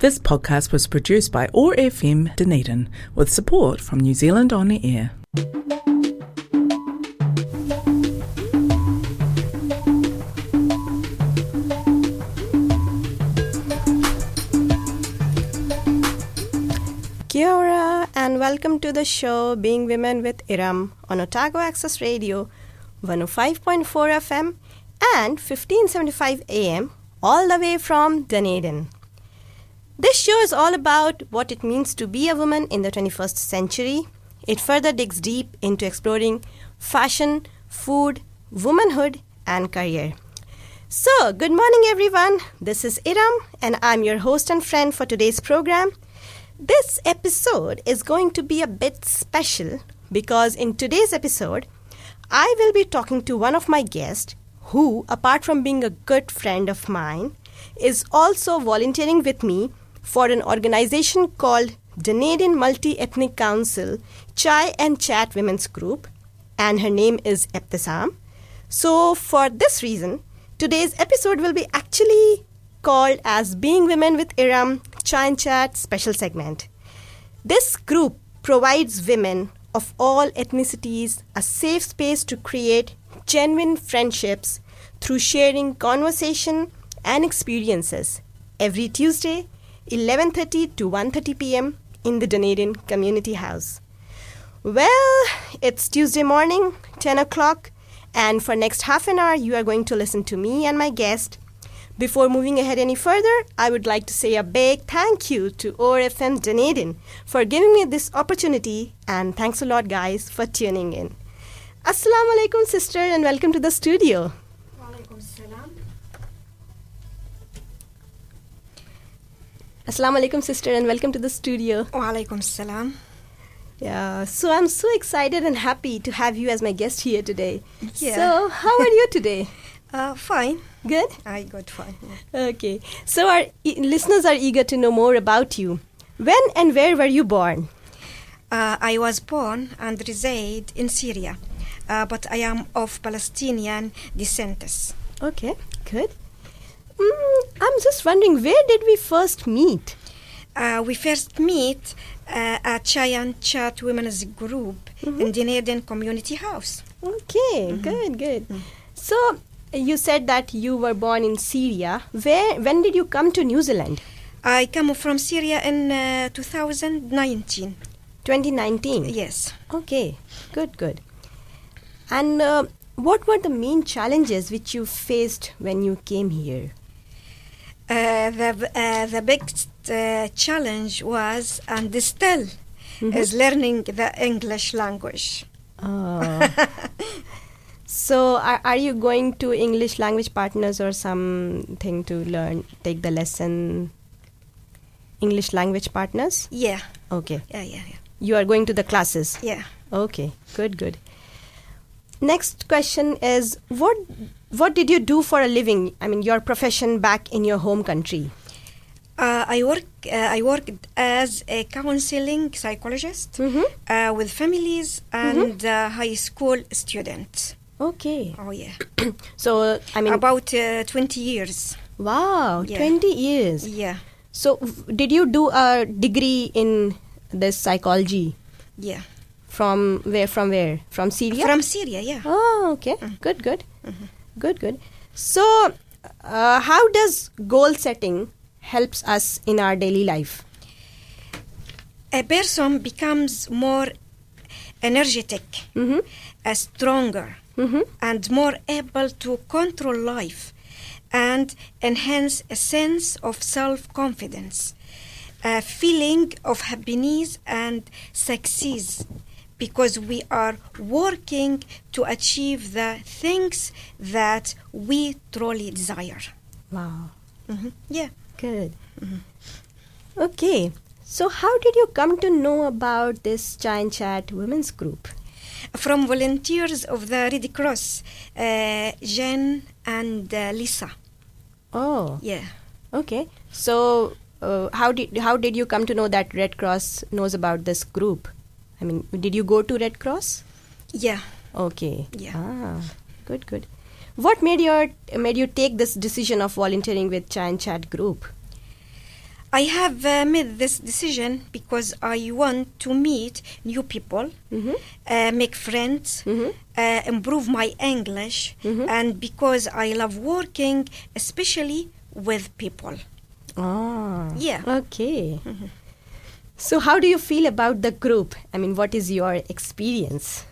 This podcast was produced by ORFM Dunedin with support from New Zealand On Air. Kia ora and welcome to the show Being Women with Iram on Otago Access Radio 105.4 FM and 1575 AM all the way from Dunedin. This show is all about what it means to be a woman in the 21st century. It further digs deep into exploring fashion, food, womanhood, and career. So, good morning, everyone. This is Iram, and I'm your host and friend for today's program. This episode is going to be a bit special because in today's episode, I will be talking to one of my guests who, apart from being a good friend of mine, is also volunteering with me for an organization called Dunedin Multi Ethnic Council Chai and Chat Women's Group, and her name is Ebtisam. So, for this reason, today's episode will be actually called as Being Women with Iram Chai and Chat special segment. This group provides women of all ethnicities a safe space to create genuine friendships through sharing conversation and experiences every Tuesday 11:30 to 1:30 p.m. in the Dunedin Community House. Well, it's Tuesday morning, 10 o'clock, and for next half an hour, you are going to listen to me and my guest. Before moving ahead any further, I would like to say a big thank you to ORFM Dunedin for giving me this opportunity, and thanks a lot, guys, for tuning in. Assalamu alaikum, sister, and welcome to the studio. Assalamu alaikum, sister, and welcome to the studio. Walaikum salam. Yeah, so I'm so excited and happy to have you as my guest here today. Yeah. So, how are you today? Uh, fine. Good? I got fine. yeah. Okay. So, our e- listeners are eager to know more about you. When and where were you born? Uh, I was born and reside in Syria, uh, but I am of Palestinian descent. Okay, good. Mm, I'm just wondering, where did we first meet? Uh, we first meet uh, at Chayan Chat Women's Group in Dunedin Community House. Okay, good, good. So, you said that you were born in Syria. Where? When did you come to New Zealand? I come from Syria in uh, 2019. 2019. Yes. Okay, good, good. And uh, what were the main challenges which you faced when you came here? Uh, the uh, the biggest uh, challenge was and still Mm-hmm. is learning the English language. Uh, so, are, are you going to English language partners or something to learn, take the lesson? English language partners? Yeah, Okay. yeah, yeah, yeah. You are going to the classes? yeah. Okay, good, good. Next question is what what did you do for a living? I mean, your profession back in your home country. Uh, I work. Uh, I worked as a counseling psychologist Mhm. uh, with families Mm-hmm. and uh, high school students. Okay. Oh yeah, So, I mean, about uh, twenty years. wow, Yeah. 20 years. Yeah, So, w- did you do a degree in this psychology yeah. from where from where? From Syria? From Syria. Yeah. Oh, okay. Good, good. Good, good. So, uh, how does goal setting helps us in our daily life? a person becomes more energetic, Mhm. uh, stronger, Mm-hmm. and more able to control life and enhance a sense of self confidence, a feeling of happiness and success because we are working to achieve the things that we truly desire. Wow. Mhm. Yeah. Good. Okay. So, how did you come to know about this Giant Chat women's group? from volunteers of the Red Cross, uh, Jen and uh, Lisa. Oh, Yeah, okay. So, uh, how did how did you come to know that Red Cross knows about this group? I mean, did you go to Red Cross? yeah. Okay. Yeah. Ah, good, good. What made your made you take this decision of volunteering with Giant Chat group? I have uh, made this decision because I want to meet new people, Mm-hmm. uh, make friends, Hmm. uh, improve my English, and because I love working, especially with people. Ah. Yeah. Okay. So, how do you feel about the group? I mean, what is your experience?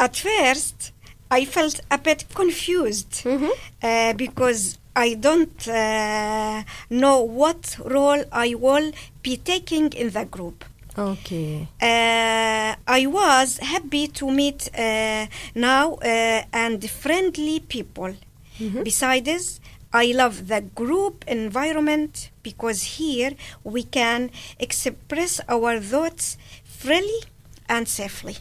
At first, I felt a bit confused uh, because I don't uh, know what role I will be taking in the group. Okay. Uh, I was happy to meet uh, now uh, and friendly people. Mm-hmm. Besides, I love the group environment because here we can express our thoughts freely and safely.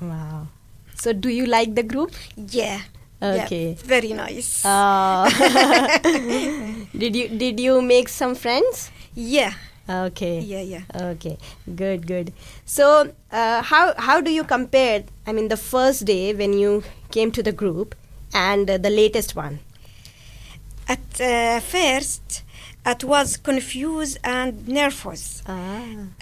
Wow. So, do you like the group? Yeah. Okay. Yeah, very nice. Uh, did you did you make some friends? yeah. Okay. Yeah, yeah. Okay, good, good. So, uh, how how do you compare? I mean, the first day when you came to the group and uh, the latest one. At uh, first, I was confused and nervous. Ah,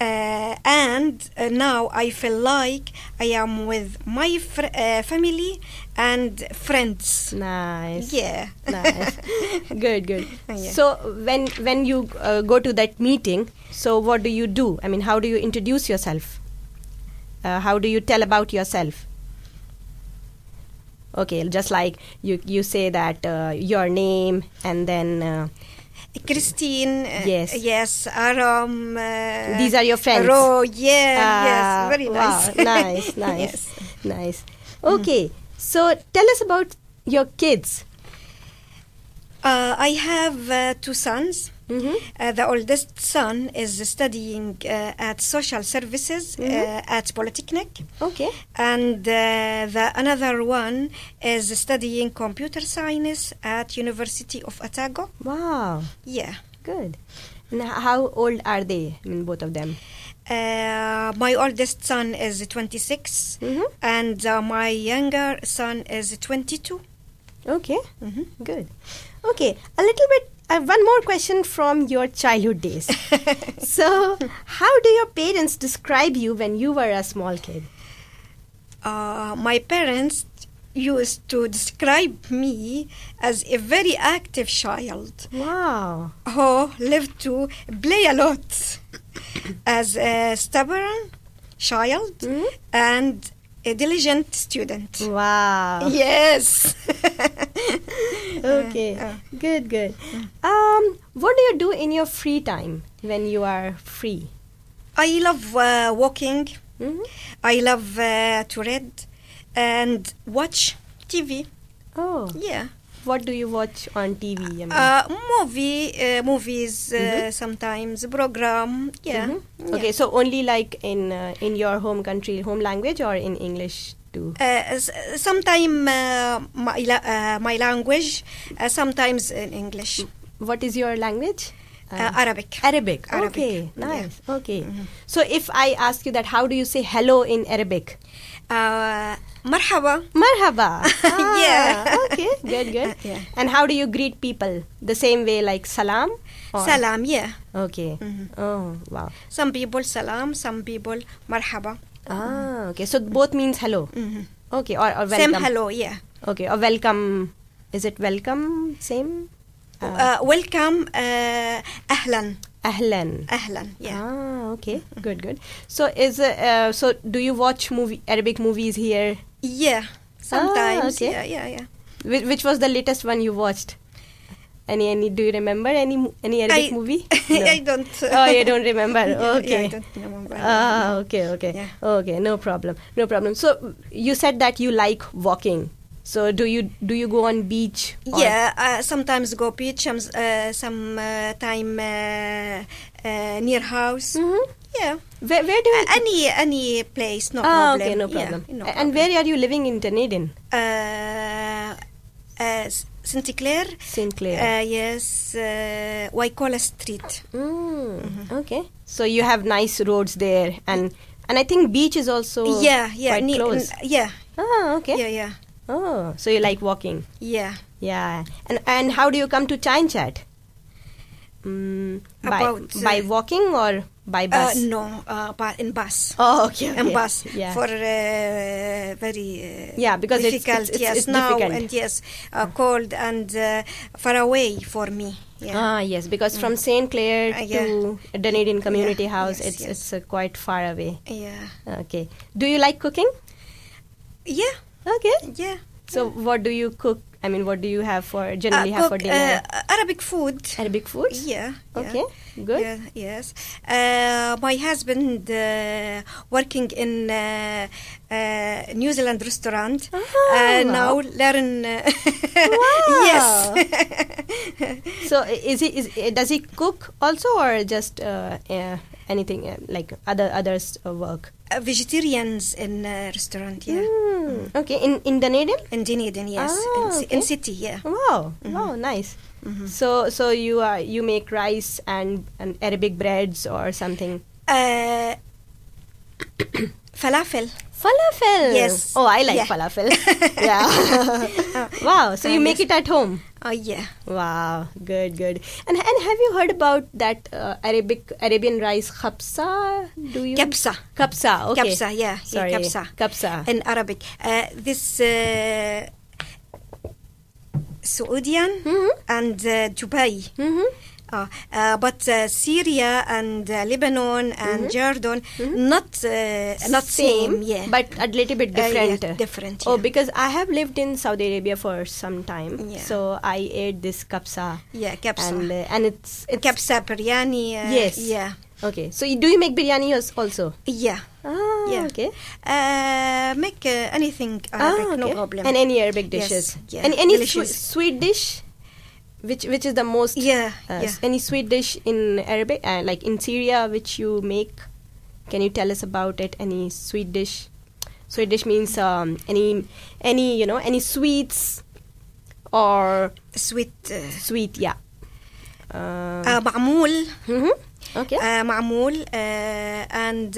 Uh, and uh, now I feel like I am with my fr- uh, family and friends. nice. Yeah. nice. good, good. Yeah. So, when when you uh, go to that meeting, so what do you do? I mean, how do you introduce yourself? Uh, how do you tell about yourself? Okay, just like you you say that uh, your name and then. Uh, Christine. uh, Yes. Yes. Aram. Uh, These are your friends. Ro, yeah. Ah, yes. Very nice. wow, nice, nice, Yes. nice. Okay, so tell us about your kids. Uh, I have uh, two sons. Mhm. Uh, the oldest son is studying uh, at social services Mm-hmm. uh, at Polytechnic. Okay. and uh, the another one is studying computer science at University of Otago. Wow, Yeah. good. And h- how old are they? I mean, both of them. Uh, my oldest son is 26 Mhm. and uh, my younger son is 22. Okay, Mhm. good. Okay, a little bit. Uh, one more question from your childhood days. so, how do your parents describe you when you were a small kid? Uh, my parents used to describe me as a very active child Wow. who lived to play a lot as a stubborn child Mhm. and a diligent student. Wow. Yes. okay Uh, good good um what do you do in your free time when you are free I love uh, walking. Mhm. I love uh, to read and watch TV. oh Yeah. what do you watch on tv I mean? Uh, movie, uh, movies uh, sometimes, program. Mhm. Yeah. Yeah. Mm-hmm. okay so only like in uh, in your home country home language or in english too Uh, sometimes uh, my, la- uh, my language, uh, sometimes in English, what is your language uh, Uh, Arabic. Mm, Arabic. Arabic, Okay, yeah. Mm-hmm. nice. Okay. So if I ask you that, how do you say hello in Arabic? Uh, marhaba. Marhaba. Ah, Yeah. Okay, good, good. Yeah. And how do you greet people? The same way, like salam? or- Salam, yeah. Okay. Mm-hmm. Oh, wow. Some people salam, some people marhaba. Ah, okay. So both means hello. Mhm. Okay, or, or Mm-hmm. welcome. Same hello, yeah. Okay, or welcome. Is it welcome? Same? Uh, Uh, welcome, uh, ahlan, ahlan. ahlan, yeah. Mm-hmm. Ah, okay. Good, good. So is uh, uh, so do you watch movie Arabic movies here? Yeah, sometimes, Ah, okay. yeah, yeah, yeah. Which, which was the latest one you watched? Any any do you remember any mo- any Arabic I- movie? I don't. oh, you don't remember. Yeah, Okay. Yeah, I don't remember. Ah, okay, okay, Yeah. okay. No problem, no problem. So you said that you like walking. So do you do you go on beach? or- yeah, uh, sometimes go beach, some, uh, some uh, time uh, uh, near house. Mhm. Yeah, Where, where do you? A- any any place, no ah, problem. okay, no Yeah, problem. no A- And problem. where are you living in Dunedin, Uh, uh, S- St. Clair. St Clair? Uh, yes, uh, Waikola Street. mm, mm-hmm. Okay. So you have nice roads there, and and I think beach is also yeah, yeah, Oh, quite ne- close. n- yeah, ah, okay. yeah, yeah, Oh, so you like walking? yeah. Yeah. And and how do you come to Chine Chat? Mm, by, About, uh, by walking or by bus? Uh, no, uh, bu- in bus. Oh, okay. okay. in bus Yeah. for uh, very uh, Yeah, because it's- difficult. it's- it's- yes, it's now difficult. and yes, uh, cold and uh, far away for me. Yeah. Mm. Ah, yes, because from St. Clair Uh, yeah. to Dunedin Community House, yes, it's yes. it's uh, quite far away. yeah, Okay. Do you like cooking? yeah, Okay. yeah. So, what do you cook? I mean, what do you have for generally Uh, have for cook, dinner? uh, Arabic food. Arabic food. Yeah. yeah. Okay. Good. Yeah, yes. Uh, my husband uh, working in uh, uh, New Zealand restaurant. Ah, uh, now wow. learn. Uh, Wow. yes. So, i- is he is i- does he cook also or just uh, uh, anything uh, like other others uh, work? Uh, vegetarians in uh, restaurant. Yeah. Mm, Okay. In in Dunedin. In Dunedin, yes. Ah, in, ci- okay. in city, yeah. Wow. Mm-hmm. Wow. Nice. So so you are you make rice and, and Arabic breads or something. Uh, falafel. Falafel. Yes. Oh, I like Yeah. falafel. yeah. wow. So you And make it at home. Oh yeah. Wow. Good. Good. And and have you heard about that uh, Arabic Arabian rice kapsa? Do you? Kapsa. Kapsa. Okay. Kapsa, yeah, yeah, Sorry. kapsa. Kapsa. in Arabic. Uh, this uh, Saudian Mhm. and uh, Dubai. mm-hmm. Uh, uh, but uh, Syria and uh, Lebanon Mm-hmm. and Jordan not uh, not same, yeah but a little bit Uh, yeah, different. different, Oh, yeah. because I have lived in Saudi Arabia for some time, Yeah. so I ate this kapsa, yeah kapsa and uh, and it's it's kapsa biryani uh, Yes. yeah Okay, so you, do you make biryani yours also? yeah Ah, Yeah. okay. uh, make uh, anything Arabic Ah, no okay. problem And any Arabic Yes, dishes. yeah, And any swe- delicious. sweet dish, which which is the most. yeah uh, yeah s- Any sweet dish in Arabic, uh, like in Syria, which you make. Can you tell us about it? Any sweet dish? Sweet dish means um, any any you know any sweets or sweet uh, sweet yeah. Um, uh, معمول mhm. Okay. آه، معمول uh, اند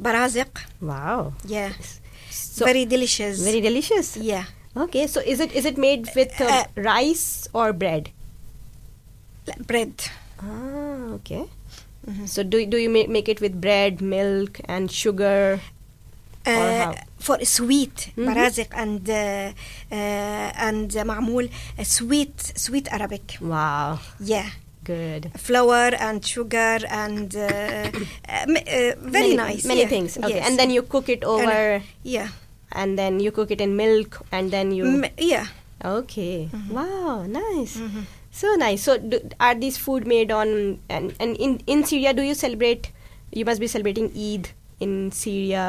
برازق wow. uh, yeah So very delicious very delicious. yeah Okay, so is it is it made with uh, Uh, rice or bread? لا, bread Ah, okay. Mm-hmm. So do do you make, make it with bread, milk, and sugar? آه، how? for sweet Mhm. برازق and uh, uh, and معمول sweet sweet Arabic Wow, yeah good. flour and sugar and uh, uh, m- uh, Many- very nice Many yeah. things. Okay, Yes. and then you cook it And, over, and, yeah then you cook it in milk, and then you. M- yeah okay. Wow, nice. So nice. So do, are these food made on and and in in Syria? Do you celebrate? You must be celebrating Eid in Syria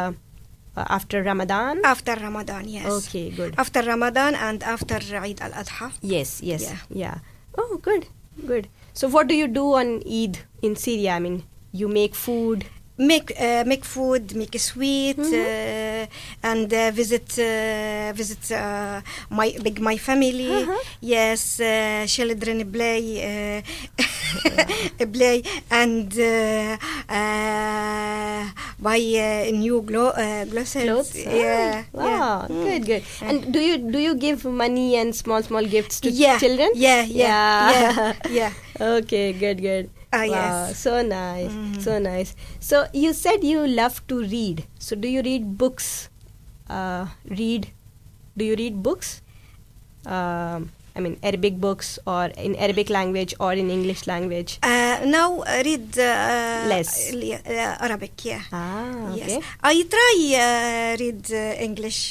uh, after Ramadan. after Ramadan Ah, yes Ah, Okay, good. after Ramadan and after Eid al-Adha Yes, yes, yeah. Yeah. Oh, good, good. So, what do you do on Eid in Syria? I mean, you make food. make uh, make food, make a sweet, Mm-hmm. uh, and uh, visit uh, visit uh, my big my family. Uh-huh. Yes, uh, children play uh, play and uh, uh, buy uh, new glo- uh, glosses. Clothes. Ah, Yeah, Mm. Wow. yeah. Good. Good. Yeah. And do you do you give money and small small gifts to yeah, children? Yeah, yeah, yeah, yeah. okay. Good. Good. Ah, wow. yes. Mm. So nice. So nice. So you said you love to read. So do you read books? Uh, read. Do you read books? Um, I mean, Arabic books or in Arabic language or in English language. Uh, now I read uh, Less. uh, Arabic. Yeah. Ah, Yes. okay. I try uh, read uh, English.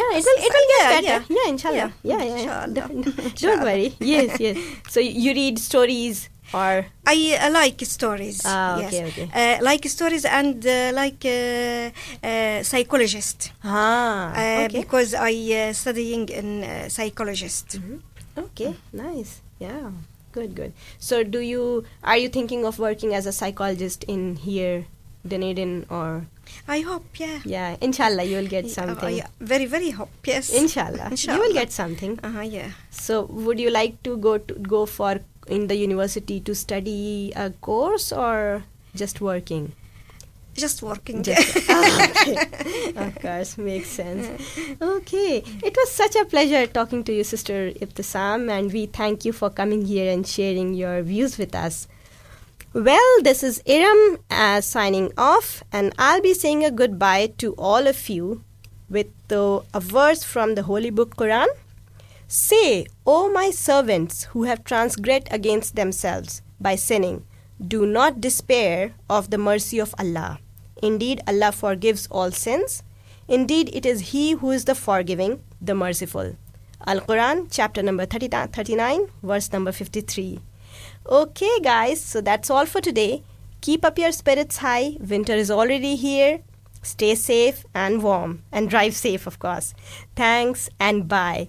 Yeah, it will it will get Yeah, better. Yeah, yeah. inshallah. Yeah, Yeah, yeah. inshallah. Def- Don't Inshallah. worry. Yes, yes. So y- you read stories or I uh, like stories. Ah, yes. okay, okay. Uh, like stories and uh, like uh, uh, psychologist ah uh, okay because I uh, studying in uh, psychologist. okay nice yeah good good. So do you are you thinking of working as a psychologist in here, Dunedin or I hope, yeah. yeah? Inshallah, you will get Yeah, something. I- very, very hope. Yes. Inshallah, you will Inshallah. get something. uh yeah. So would you like to go to go for in the university to study a course or just working? just working. Just- Ah, okay. of course, makes sense. Okay, it was such a pleasure talking to you, Sister Ibtisam, and we thank you for coming here and sharing your views with us. Well, this is Iram uh, signing off, and I'll be saying a goodbye to all of you with the, a verse from the Holy Book Quran. Say, O my servants who have transgressed against themselves by sinning, do not despair of the mercy of Allah. Indeed, Allah forgives all sins. Indeed, it is He who is the forgiving, the merciful. Al Quran, chapter number 30, 39, verse number 53. Okay, guys, so that's all for today. Keep up your spirits high. Winter is already here. Stay safe and warm, and drive safe, of course. Thanks and bye.